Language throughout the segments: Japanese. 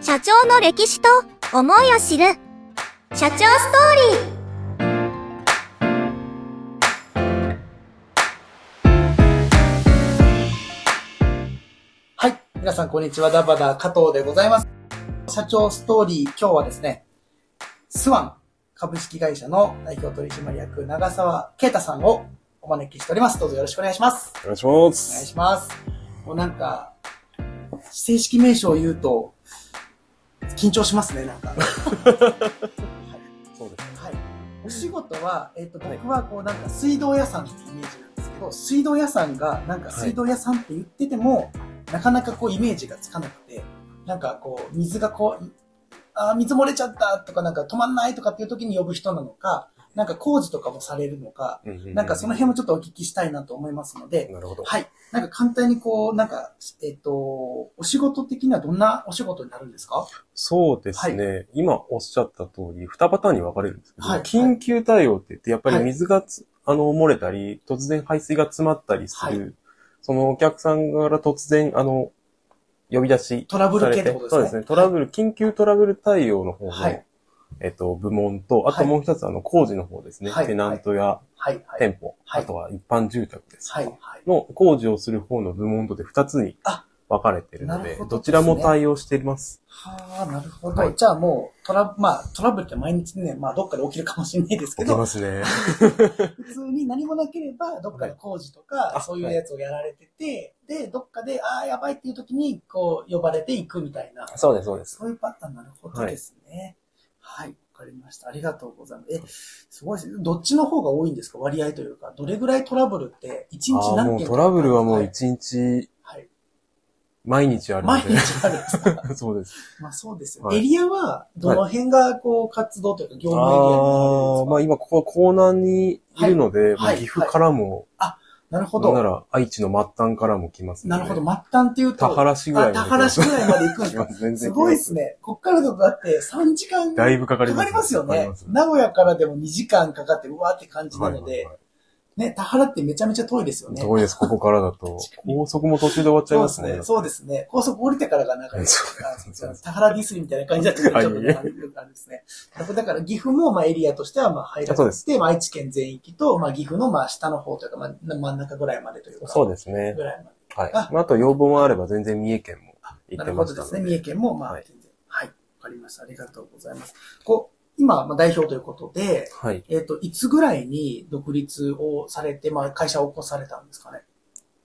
社長の歴史と思いを知る社長ストーリーはい。皆さん、こんにちは。ダバダ加藤でございます。社長ストーリー、今日はですね、スワン株式会社の代表取締役、長澤啓太さんをお招きしております。どうぞよろしくお願いします。お願いしまお願いす。します。もうなんか、正式名称を言うと、緊張しますね、なんか。そうです。はい。お仕事は、えっ、と、僕はこうなんか水道屋さんってイメージなんですけど、水道屋さんがなんか水道屋さんって言ってても、なかなかこうイメージがつかなくて、なんかこう水がこう、あー水漏れちゃったとかなんか止まんないとかっていう時に呼ぶ人なのか、なんか工事とかもされるのか、なんかその辺もちょっとお聞きしたいなと思いますので、なるほど。はい。なんか簡単にこう、なんか、えっ、と、お仕事的にはどんなお仕事になるんですかそうですね、今おっしゃった通り、二パターンに分かれるんですけど、はい緊急対応って言って、やっぱりはい水がつ、あの、漏れたり、突然排水が詰まったりする、そのお客さんから突然、あの、呼び出しトラブさルれ、系っててことですそね。うですね、トラブル、緊急トラブル対応の方の、はいえっと、部門と、あはといもう一つ、あの、工事の方ですね、はいテナントやはい、はい。店舗、はいあとは一般住宅です。はい、はい。の工事をする方の部門とで2つにあ分かれてるのなるで、ほどどですねちらも対応しています。はあ、なるほど。はいじゃあもう、トラ、まあ、トラブルって毎日ね、まあ、どっかで起きるかもしれないですけど、すね。普通に何もなければ、どっかの工事といかあ、そういうやつをやられてて、で、どっかで、ああ、やばいっていう時に、こう、呼ばれていくみたいな、そうです、そうで す。そういうパターンなるほどですね。はい、わ、かりました。ありがとうございます。え、すごいですね。どっちの方が多いんですか割合というか、どれぐらいトラブルって、1日ああ、何もう件トラブルはもうはい1日、はい毎日あるの毎で。日あるんですかそうです。まあそうですよ、はいエリアは、どの辺が、こう、活動というか、業務エリアになるんですあかあ、まあ今ここは港南にいるのはで、いもう岐阜からも、なるほなんなど。ら愛知の末端からも来ますなねるほど。末端っていうと、田原市ぐらいあまで田原市ぐらいまで行くんで来すまか。す。 全然来ますすごいです。ね。こっからだとだって3時間だかいぶかかります。かりますよかかねります。名古屋からでも2時間かかって、うわーって感じなのはいではい、ね、田原ってめちゃめちゃ遠いですよはいね。遠いです、ここからだと。高速も途中で終わっちゃいそうまですすねね。。そうですね。高速降りてからがなんか、そうあそう田原ディスリみたいな感じだったけど、ちょっとね、あはれですね。だから岐阜も、まあエリアとしては、まあ入らそうでせて、まあ愛知県全域と、まあ岐阜の、まあ下の方というか、まあ真ん中ぐらいまでというか、そうですね。ぐらいまで。はい。あまあ、あと要望もあれば全然三重県も行なってるほまどしでたすのね。で。三重県も、まあ、は全然はい。わかりました。ありがとうございます。こう、今、まあ、代表ということで、はい。えっ、と、いつぐらいに独立をされて、まあ、会社を起こされたんですかね。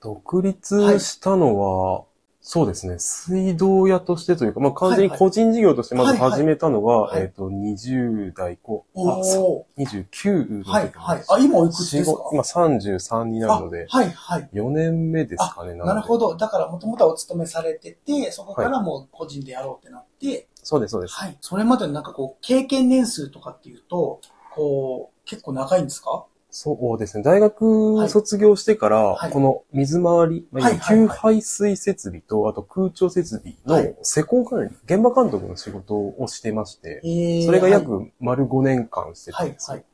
独立したのは、そうですね。水道屋としてというか、まあ完全に個人事業としてまず始めたのは、はいはいえっ、と、20代後、あそうおお29の時です。はい、はい。あ、今おいくつですか45今33になるので、あはい、はい。 4年目ですかね。なるほど。ど。だから、もともとはお勤めされてて、そこからもう個人でやろうってなって、そうです、そうです。はい。それまでのなんかこう、経験年数とかっていうと、こう、結構長いんですかそうですね。大学卒業してから、はいこの水回り、まあはいはい給はい排水設備と、あと空調設備はいの施工管理、現場監督の仕事をしてまして、えそれがは約丸5年間してい、たはんいで、すよ。はい。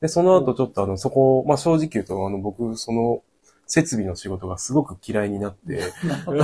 で、その後ちょっとあの、そこ、まあ正直言うと、あの、僕、その、設備の仕事がすごく嫌いになって、 なるほど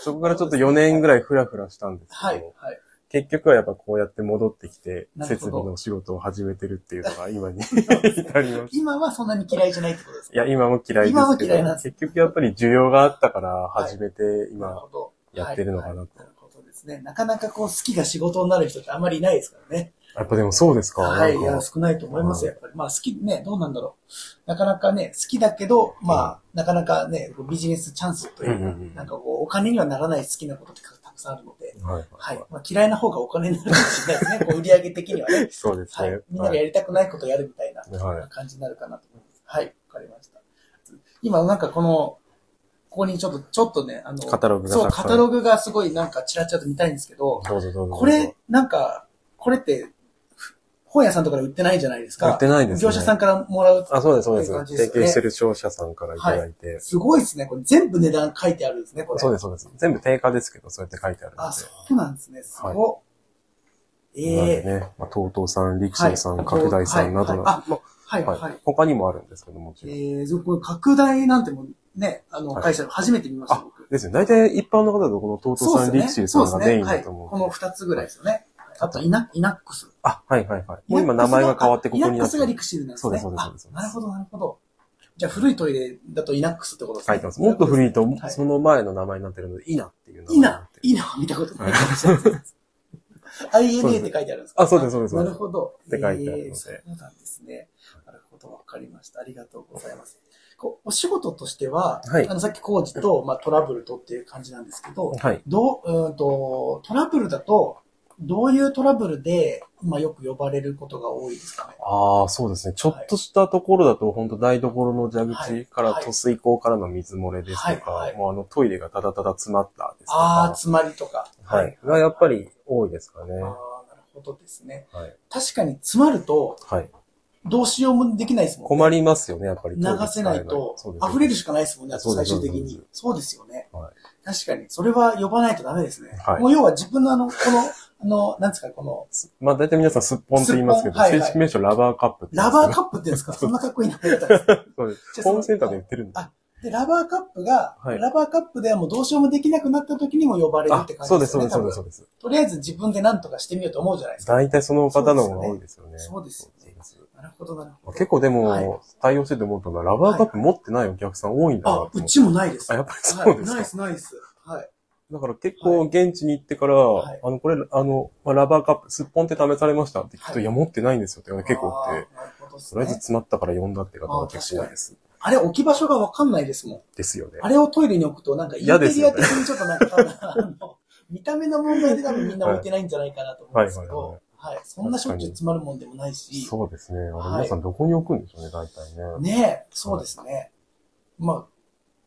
そこからちょっと4年ぐらいフラフラしたんですはけいど、、はい。結局はやっぱこうやって戻ってきて、なる設ほど備の仕事を始めてるっていうのが今に 至りました。今はそんなに嫌いじゃないってことですかいや、今も嫌いで今もすけど嫌いなんです結局やっぱり需要があったから始めて、なる今、ほど。やってるのかなとはいはいなるほどですね。なかなかこう、好きが仕事になる人ってあんまりいないですからね。やっぱでもそうですか。はい。なんいかや、少ないと思いますよやっぱり。まあ、好きね、どうなんだろう。なかなかね、好きだけど、まあ、なかなかね、こうビジネスチャンスといううんか、うんうんなんかこう、お金にはならない好きなことってたくさんあるので、はい。はい。まあ、嫌いな方がお金になるかもしれない ですね。こう、売り上げ的にはね。そうですはね。い。みんなでやりたくないことをやるみたいな。はい感じになるかなと思います。はい、わかりました。今なんかこの、ここにちょっと、ちょっとね、あの、カタログがそう、たくさカんタログがすごいなんかチラチラと見たいんですけど、どうぞどうぞどうぞ。これ、なんか、これって、本屋さんとかで売ってないじゃないですか。売ってないですね業者さんからもらう。あ、そうです、そうでってす。いう感じですよ提ね携してる商社さんからいただいて。すごいですね。これ全部値段書いてあるんですね、これ。そううです、そうです。全部定価ですけど、そうやって書いてあるので。あ、そうなんですね。すごい。なのえでえ。ね、まあ、TOTO さん、リクシーさん、拡大さんなどなはど、いはいまはい、あは。はいい他にもあるんですけどもちえろん。ー、そうこれ拡大なんてもうね、あの、はい会社で初めて見ました、僕。ですね。大体一般の方だとこのトートそうでさん、すリね。クシーそさうんがですメイね。ンはだい。と思こうんでの二つぐらいですよね。あと、イナ、イナックス。あ、はいはいはい。もう今名前が変わってここにイナッなクってスがリクシールなんですね。そうですそうですそうですあなるほど、なるほど。じゃあ、古いトイレだとイナックスってことですね。書いてます。もっと古いとは、いその前の名前になってるので、イナっていう名前イになっナて、る。イナは見たことないかもしれないです。INA って書いてあるんですかあそうですそうですそなうでするほど。って書いてあるのでえーそうなんですね。なるほど、わかりました。ありがとうございます。こうお仕事としては、はいあのさっき工事と、まあ、トラブルとっていう感じなんですけど、はい。どう、うんと、トラブルだと、どういうトラブルで、まあ、よく呼ばれることが多いですかね。ああ、そうですね。ちょっとしたところだと、本当台所の蛇口から、はい塗水口からの水漏れですとか、はいはいもうあのトイレがただただ詰まったですとああー、か、詰まりとか。はい。がやっぱり多いですかね。ああ、なはるほどですね。い。確かに詰まると、はい。どうしようもできないですもんね。困りますよね、やっぱり。流せないとそう、です溢れるしかないですもんね、あとそうで最終す的そうにで。そうですよねは。確かに、それは呼ばないとダメですね。はいもう要は自分のあの、この、あの、なんですか、この、まあ大体皆さんすっぽんって言いますけど、すっぽんはいはい正式名称ラバーカップって言ラいますバねーカップっていうん ですか、そんなかっこいい名前だったんですねそうですじゃあそホのームセンターで売ってるんです。あで、ラバーカップが、はいラバーカップではもうどうしようもできなくなった時にも呼ばれるって感じそうでです、すそようでね。す、そう多分です、そうです。とりあえず自分で何とかしてみようと思うじゃないですか。大体その方の方が多いですよね。そうですよねそうですなるほど、なるほど。結構ではいも、対応してて思ったのは、ラバーカップ持ってないお客さん多いんだなあと思っ、てうちもないです。あやっぱりそうですかはいないです、ないです。はい。だから結構現地に行ってから、はいあの、これ、あの、まあラバーカップ、すっぽんって試されましたって聞くと、はいい、や、持ってないんですよって結構あーな多くるて、ほどっすとりあえずね。詰まったから呼んだって方が結構多いです。あれ置き場所がわかんないですもん。ですよね。あれをトイレに置くと、なんかインテ嫌ですリアよね的にちょっとなんか多分、あの、見た目の問題で多分みんな置いてないんじゃないかなと思うんですけはいはど、はい。そんなしょっちゅう詰まるもんでもないし、そうですね。あれ、はい皆さんどこに置くんでしょうね、大体ね。ねえ、そうですね。まあ、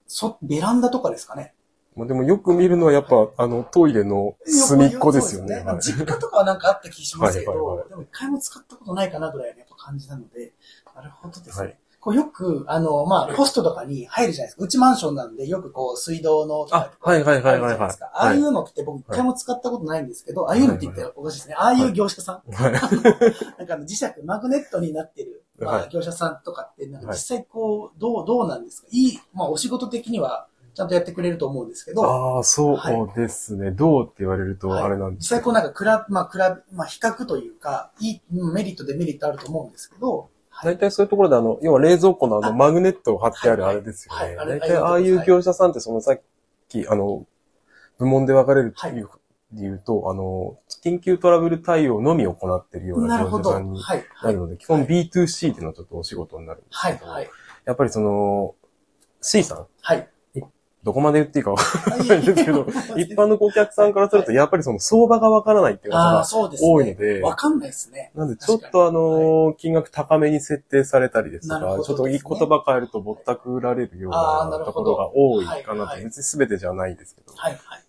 そ、ベランダとかですかね。まあ、でもよく見るのはやっぱ、あの、トイレの隅っこですよね。まあはい実家とかはなんかあった気しますけはいはいはど、でも一回も使ったことないかなぐらいのやっぱ感じなので、なるほどですはねい。こうよく、あの、まあ、ポストとかに入るじゃないですか。うちマンションなんで、よくこう、水道のとかあ、はいはいはあいるじゃないいでははすい。か。ああいはうのって僕一回も使ったことないんですけど、ああいうのって言ったらおかしいですね。ああいう業者さん。いはい。なんかあの磁石、マグネットになってる、まはあい業者さんとかって、なんかは実い際こう、どう、どうなんですかいい、まあお仕事的にはちゃんとやってくれると思うんですけど、ああ、そうですね。どうって言われると、はいあれなんで実す際けこうどなんか、くら、まあ、くら、まあ比較というか、いい、うんメリット、デメリットあると思うんですけど、大体そういうところで、あの、要は冷蔵庫のあの、マグネットを貼ってあるはあいれですよね。はいはい大体ああいう業者さんって、そのさっき、あの、部門で分かれるっていう、言うと、あの、緊急トラブル対応のみを行っているようななる業ほ者ど。さはいんに、はないる。ので、基本はい B2C でのちょっとお仕事になるんですはけい、ど、はい、やっぱりその、C さん、はい。どこまで言っていいか分はい からないんですけど、一般のお客さんからすると、やっぱりその相場が分からないっていう方ああ、がそうですね。多いので、わかんないですね。なんで、ちょっとあのー、金額高めに設定されたりですとなるほか、どちょっといい言葉変えるとぼったくられるようあーななるとほこどろが多いかはいなはいと。別に全てじゃないですけど。はいはいはい。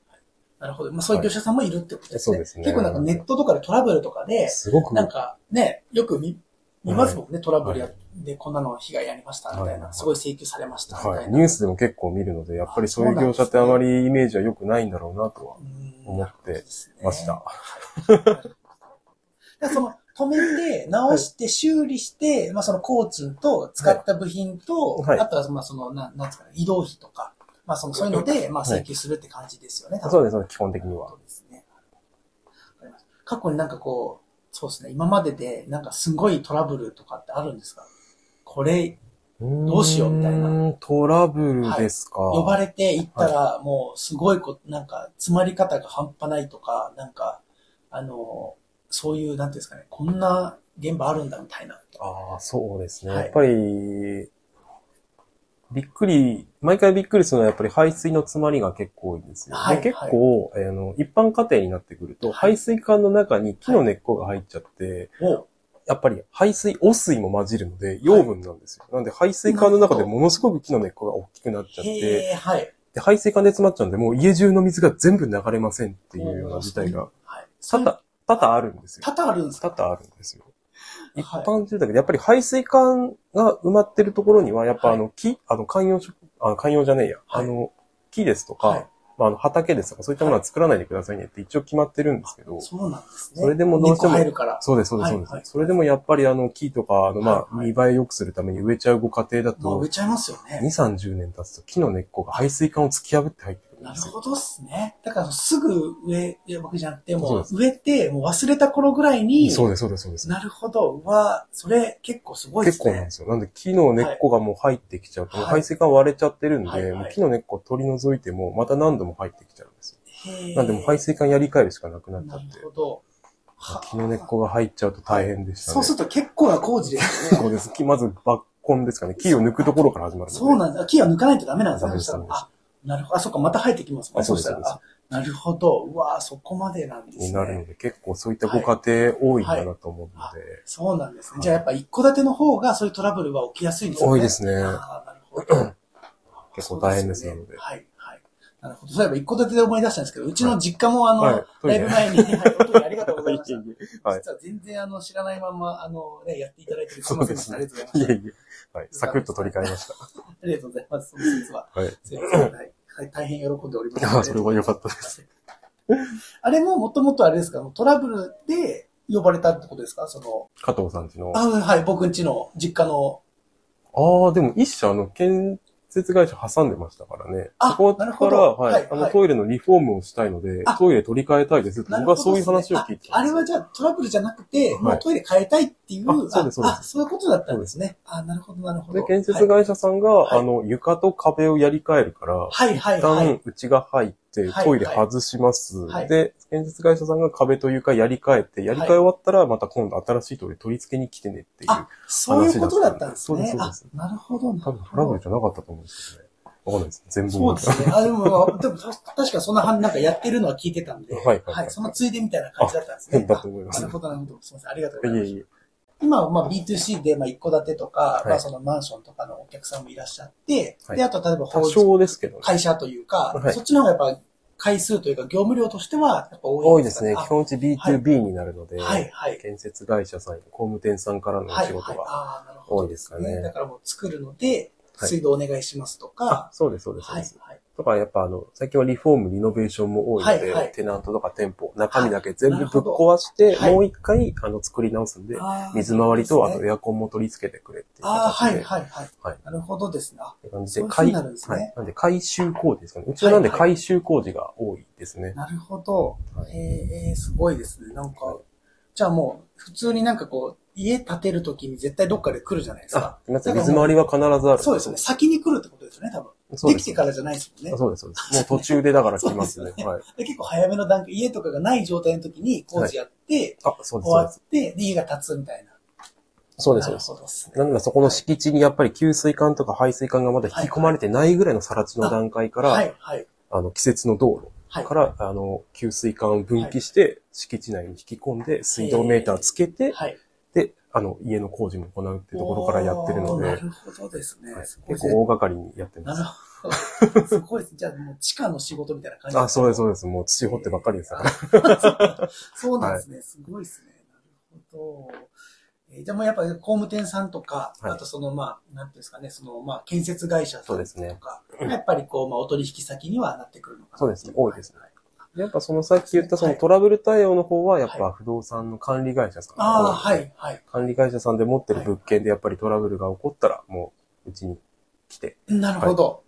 なるほど。まあそういう業者さんもいるってことですね。はいそうですね結構なんかネットとかでトラブルとかで、すごく、なはんいかね、よく見、見ますもんね、トラブルやで、こんなの被害ありました、みたいはな。いすごい請求されました、みたいな。ニュースでも結構見るので、やっぱりそういう業者ってああそうなまんでりイメージは良くないんだろうなとは思っててま した。。だからその、止めて、直して、修理して、まあその工賃と、使った部品と、はいあとはまあその、ななんですかね、移動費とか、まあその、そういうので、まあ請求するって感じですよね、多分そうです、そうです基本的にはそ。うですね。わかりました過去になんかこう、そうですね、今まででなんかすごいトラブルとかってあるんですかこれ、どどうしようみたいな。トラブルですか。呼ばれて行ったら、もうすごいこ、なんか、詰まり方が半端ないとか、なんか、あの、そういう、なんていうんですかね、こんな現場あるんだみたいな。ああ、そうですね。はいやっぱり、びっくり、毎回びっくりするのはやっぱり排水の詰まりが結構多いんですよ。はいで結構、あの、一般家庭になってくると、排水管の中に木の根っこが入っちゃって、おやっぱり排水、汚水も混じるので、養分なんですよ。なんで排水管の中でものすごく木の根っこが大きくなっちゃって、へえ、はい。で排水管で詰まっちゃうんで、もう家中の水が全部流れませんっていうような事態が、はい。多々、多々あるんですよ。多々あるんですか多々あるんですよ。一はい般住宅で、やっぱり排水管が埋まってるところには、やっぱはいあの木、あの観葉植、あ、観葉じゃねえや、はいあの木ですとか、はいままあ、あの、畑ですとか、そういったものは作らないでくださいねって一応決まってるんですけど、そうなんですね。それでもどうしても根っこ入るから。そうです、そうです、そうです。はいはいそれでもやっぱりあの、木とか、あの、まあ、は見い栄え良くするために植えちゃうご家庭だまあ、植とえ、ちゃいますよ2、ね。 30年経つと木の根っこが排水管を突き破って入ってくるんなでるすよ。ほどっすね。だから、すぐ植えるわけじゃなくて、そうもでう植えて、もう忘れた頃ぐらいに、そうです、そうです、そうです。なるほど。うわ、それ結構すごいで結す構なんねで。すよ。なんで木の根っこがもう入ってきちゃうと、はいもう排水管割れちゃってるんで、はいはいもう木の根っこを取り除いても、また何度も入ってきちゃうんですよ。へーなんでもう排水管やり替えるしかなくなっちなゃっるて、ほど。は木の根っこが入っちゃうと大変でしたね。そうすると結構な工事ですよ ね。そうです。木まず抜根ですかね。木を抜くところから始まるので。そうなんだ。木は抜かないとダメなんですダメね。ですそしたらダメですあ、なるほど。あ、そっか、また生えてきますもんあね。そうそでしすたら、あ、なるほど。うわそこまでなんですね。になるので、結構そういったご家庭多いんだな と思うので、そうなんですね。はいじゃあやっぱ一戸建ての方がそういうトラブルは起きやすいんですよね。多いですね。あーなるほど 結構大変ですそうなのではい、はい。なるほど。そういえば一戸建てで思い出したんですけど、うちの実家もあの、はいトイだレいぶ前に、はい、おトイレありがとうござい ました。はい実は全然あの、知らないまま、あの、ね、やっていただいてる。そうですいませんありがねとうございまいす。えいえ。はい。サクッと取り替え ました。ありがとうございます。その説は。はい。すいませんはいはい。大変喜んでおります。。あそれは良かったですあれももともとあれですかトラブルで呼ばれたってことですかその、加藤さんちの。ああはい、僕んちの実家の、あー、でも一社、あの、建設会社挟んでましたからね。あそこから、なるほどはいはい。あはの、いトイレのリフォームをしたいのであ、トイレ取り替えたいですって。なる僕ほはどそういう話を聞いてああれはじゃあトラブルじゃなくて、はいもうトイレ変えたいっていう、あそうですそうですあ、そういうことだったんですね。あ、なるほど、なるほで、ど。建設会社さんが、はいあの、床と壁をやり替えるから、はい、はい、一はい。旦、うちが入って、はいトイレ外します。はいで、建設会社さんが壁と床やり替えて、やり替え終わったら、また今度新しいトイレ取り付けに来てねっていう。あそういうことだったんですそうですね。そうあです、なるほど、な多る分トほラどブル。じゃなかったと思うんですよね。わかんないです。全部そうですね。 あ、でも、でもた確かそんな、なんかやってるのは聞いてたんで、はいはいはいそのついでみたいな感じだったんですね。 あだと思いますあなるほど、なるほど。すみません、ありがとうごいざいまえす。いえ。今はまあ B2C で、まあ、一戸建てとかは、いまあ、そのマンションとかのお客さんもいらっしゃって、はいで、あと例えば多法人、少ですけどね。会社というか、はいそっちの方がやっぱ回数というか業務量としては、やっぱ多多いいですね。か基本値 B2B になるので、あはい、はい。建設会社さん、工務店さんからのおはい、仕事はい。がああ、なるほ多いど。ですかね、だね。からもう作るので、はい水道お願いしますとあか、そうです、そうです、そうはでいす。、はい。とか、やっぱあの、最近はリフォーム、リノベーションも多いので、はいはいテナントとか店舗、中身だけ全部なぶっるほど壊して、はいもう一回、あの、作り直すんで、あー水回りと、そうあとですねエアコンも取り付けてくれっていうああ、は形で。い、はい、はい。はいなるほどですね。あって感じそうで、いう風改になるんですねはい。なんで、改修工事ですかね。うちはなんではいは改修工事が多いですね。なるほど。はいえー、すごいですね。なんはか、じゃあもう、普通になんかこう、家建てるときに絶対どっかで来るじゃないですあか。、います水回りは必ずある。そうですよね。先に来るってことですよね、多分。そうでです。きてからじゃないですもんねあ。そうです、そうです。もう途中でだから来ますそうねで。すよはい。で結構早めの段階、家とかがない状態の時に工事やって、あ、そうです、そう終わでっす。て、で、家が建つみたいな。そうです、そうです。なるほどっすね。なんでそこの敷地にやっぱり給水管とか排水管がまだ引き込まれてないぐらいの更地の段階から、はい、はい、あの、季節の道はい路から、あの、給水管を分岐して、敷地内に引き込んで、水道メーターつけて、はい。で、あの、家の工事も行うっていうところからやってるので、おーはないるほどですね。結すごいですね構大掛かりにやってなまるす。ほど。すごいです。じゃあもう地下の仕事みたいな感じあ、そうでうす、そうです。もう土掘ってばっかりですか ら。そうなんですね。すごいですね。なるほど。えー、じゃあもうやっぱり工務店さんとか、はいあとそのまあ、なんていうんですかね、そのまあ、建設会社さんとそうか、ですねやっぱりこう、まあ、お取引先にはなってくるのかなそうですね多いですねはでやっぱそのさっき言ったそのトラブル対応の方は、やっぱ不動産の管理会社さんああ、が多はいのでい、はい。管理会社さんで持ってる物件でやっぱりトラブルが起こったら、もう、うちに来て、なるほど。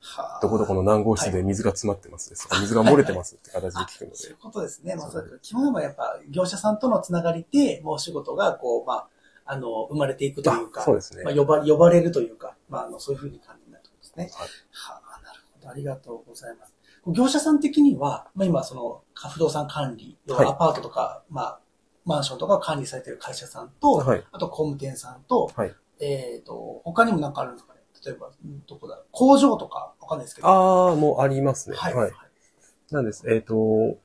はあどこどこの何号室で水が詰まってますですとか、水が漏れてますって形で聞くのそういでう。ことですね。まあ、そそううだけど基本はやっぱ、業者さんとのつながりで、もう仕事が、こう、まあ、あの、生まれていくというあか、そうですねまあ、呼ば、呼ばれるというか、まあ、あの、そういうふうに感じになるとことですね。はいはあ、なるほど。ありがとうございます。業者さん的には、まあ、今、その、か不動産管理、はいアパートとか、まあ、マンションとかを管理されている会社さんと、はいあと工務店さんと、はいえっ、と、他にもなんかあるんですかね例えば、うんどこだ工場とか、わかんないですけど。ああ、もうありますね。は。はいい、はい、なんです。えっ、と、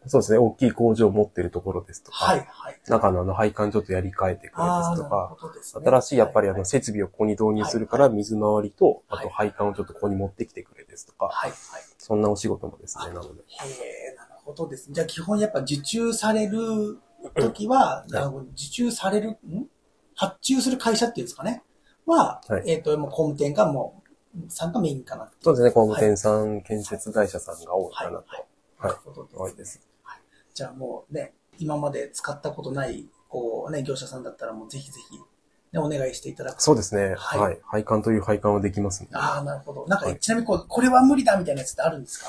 そうですね。大きい工場を持ってるところですとか、はい、はい。中のあの配管ちょっとやり替えてくれでああすとか、なるほどですね新しいやっぱりあはのい設備をここに導入するから水回りと、あはいと配管をちょっとここに持ってきてくれですとか、はい、はい。そんなお仕事もですね。あなので。へえ、なるほどですね。じゃあ基本やっぱ受注される時は、いあの受注される、ん発注する会社っていうんですかね。は、はいえっ、と、もう工務店がもう、さんがメインかなっていそうですね、工務店さん、建設会社さんが多いかなと。はい。はいということ多でいです。じゃあもうね、今まで使ったことない、こうね、業者さんだったらもうぜひぜひ、ね、お願いしていただくと。そうですね。はいはい。配管という配管はできますね。ああ、なるほど。なんか、はいちなみにこう、これは無理だみたいなやつってあるんですか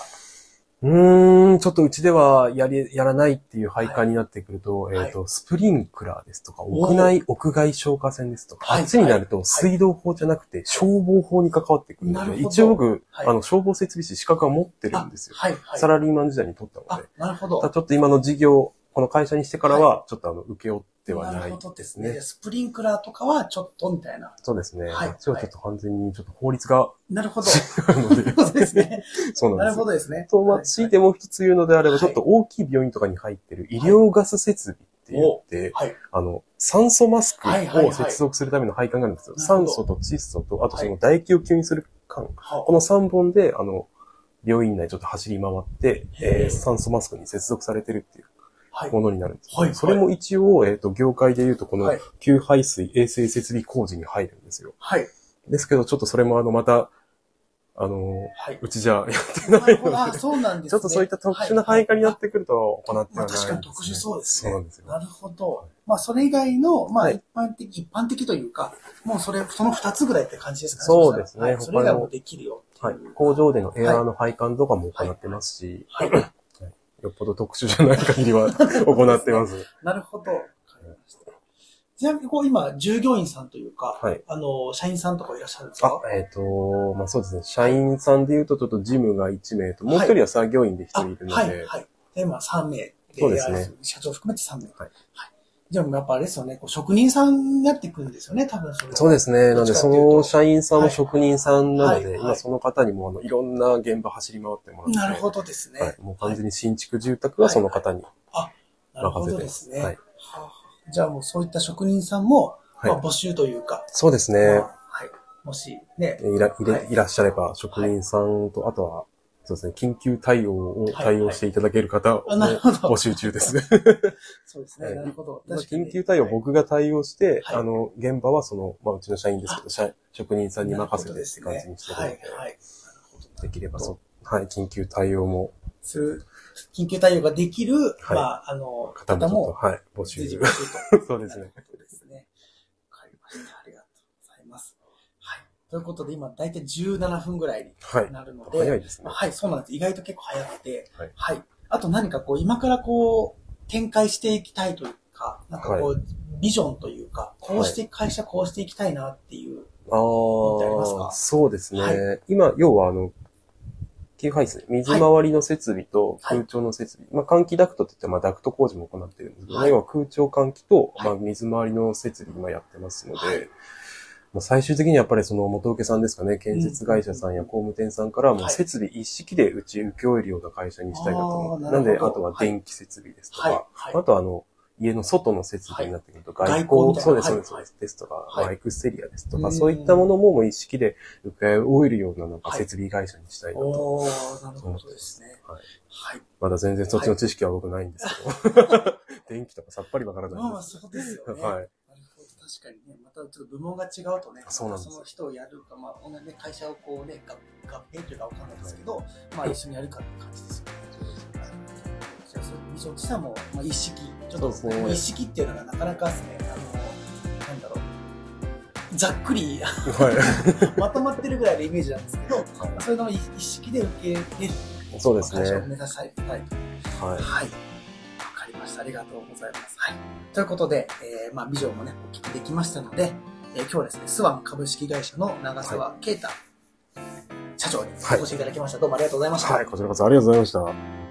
うーん、ちょっとうちではやり、やらないっていう配管になってくると、いえっ、と、スプリンクラーですとか、おー屋内、屋外消火栓ですとか、はいあっちになると水道法じゃなくて消防法に関わってくるなるのほで、ど一応僕、はいあの、消防設備士資格は持ってるんですよ。あはい、はい。サラリーマン時代に取ったのあで。、なるほただど。ちょっと今の事業、この会社にしてからは、ちょっとあの、受け負ってはなるいほどですね。スプリンクラーとかはちょっとみたいな。そうですね。はいあっちはちょっと完全にちょっと法律がなるほど。違うので。そうですね。 そう ななんるですほ。どですね。と、まあ、強いてもう一つ言うのであれはば、いちょっと大きい病院とかに入ってる医療ガス設備って言って、はい。あの、酸素マスクはいはいはをい接続するための配管があるんですよ。なるほど酸素と窒素と、あとその唾液を吸引する管。はこの3本で、あの、病院内ちょっと走り回って、へーえー酸素マスクに接続されてるっていうはい。ものになるんです。はいはいそれも一応、えっ、と、業界で言うと、こはのい、給排水衛生設備工事に入るんですよ。はい。ですけど、ちょっとそれもあの、また、あの、はい。うちじゃやってなないるほのでど。あ、そうなんですね。ちょっとそういった特殊な配下になってくると行ってまあはない、確かに特殊そうですね。そうなんですよ。なるほど。まあそれ以外の、まあはい一般的、一般的というか、もうそれ、その二つぐらいって感じですかね。そうですねはいそれ以他外のもできるよって。。はいいう工場でのエアーの配管とかも行ってますし、はい。よっぽど特殊じゃない限りは 行ってます。なるほど。わかりましたちなみに、こう今、従業員さんというか、はいあの、社員さんとかいらっしゃるんですあか、えっ、と、まあ、そうですね。社員さんで言うと、ちょっとジムが1名と、もう1人は作業員で1人いるので、はい、はい。で、まあ3名で、そうですねあの社長含めて3名。はい。じゃあもうやっぱあれですよね、こう職人さんになってくるんですよね、多分それはそうですね。なんで、その社員さんも職人さんなので、はいはい今その方にも、あの、いろんな現場走り回ってもらって、なるほどですね。はい。もう完全に新築住宅はその方になるほ任せどてでますす。ね。はい。はあじゃあもうそういった職人さんも、はいまあ、募集というか、そうですねま。あはい、もしね、いらいれはいいらっしゃれば、職員さんと、あとは、そうですね、緊急対応を対応していただける方をあなるほど募集 中です。そうですね、はいなるほど。まあ確かに緊急対応僕が対応して、はいあの、現場はその、まあ、うちの社員ですけど、社職人さんに任せてって感じにしてるのはい、で、はい。なるほど。できればそ、はい、緊急対応も、する、緊急対応ができる、はいまあ、あの、方も方ちょっと、も、はい、募集随。時募集と。 そうですね。ですね。わかりました。ありがとうございます。はい。ということで、今、だいたい17分ぐらいにはい。なるので、早いですね。はい、そうなんです。意外と結構早くて、ははいい。あと何かこう、今からこう、展開していきたいというか、なんかこう、ビジョンというか、こうして、会社こうしていきたいなっていう。あってありますあかそうですね。は今、要はあの、給排水、水回りの設備とはい空調の設備、まあ換気ダクトって言って、まあダクト工事も行ってるんですけど、はい要は空調換気と、はいまあ水回りの設備今やってますので、はいまあ最終的にやっぱりその元請けさんですかね、建設会社さんや工務店さんからもはいう設備一式でうち請け負えるような会社にしたいなと思って、あーなんなでるほあどとは電気設備ですとか、はい。はいあ。とはあの、家の外の設備になってくると、い外外交み交、たいなそうではす、そいうです、そうですですとか、はいまあエクステリアですとうか、んそういったものももう一式で受け負えるようななんかはい設備会社にしたいなと。おー、なるほどですね。はいはい。まだ全然そっちの知識は僕ないんですけ ど。電気とかさっぱりわからまあまなあ、いそうですよです。ね。はなるい。ほど。確かにね、またちょっと部門が違うとね、そうなんですまたその人をやるか、まあ、同じ会社をこうね、合合併というかわかんないですけど、まあ、一緒にやるかって感じですよね。じゃあ、それ、以上としてはもう、まあ、一式、ちょっそと、うですねもう一式っていうのがなかなかですね、あの、なんだろう、ざっくり はまとまってるぐらいのイメージなんですけど、まあそれでも一一式で受け入れるい。そうです会社を目ね。指したいと。はい。はい。わかりました。ありがとうございます。はい。ということで、えーまあ、ビジョンもね、お聞きできましたので、えー今日はですね、スワン株式会社の長澤啓太社長にお越しいただきました。どうもありがとうございました。はい、こちらこそありがとうございました。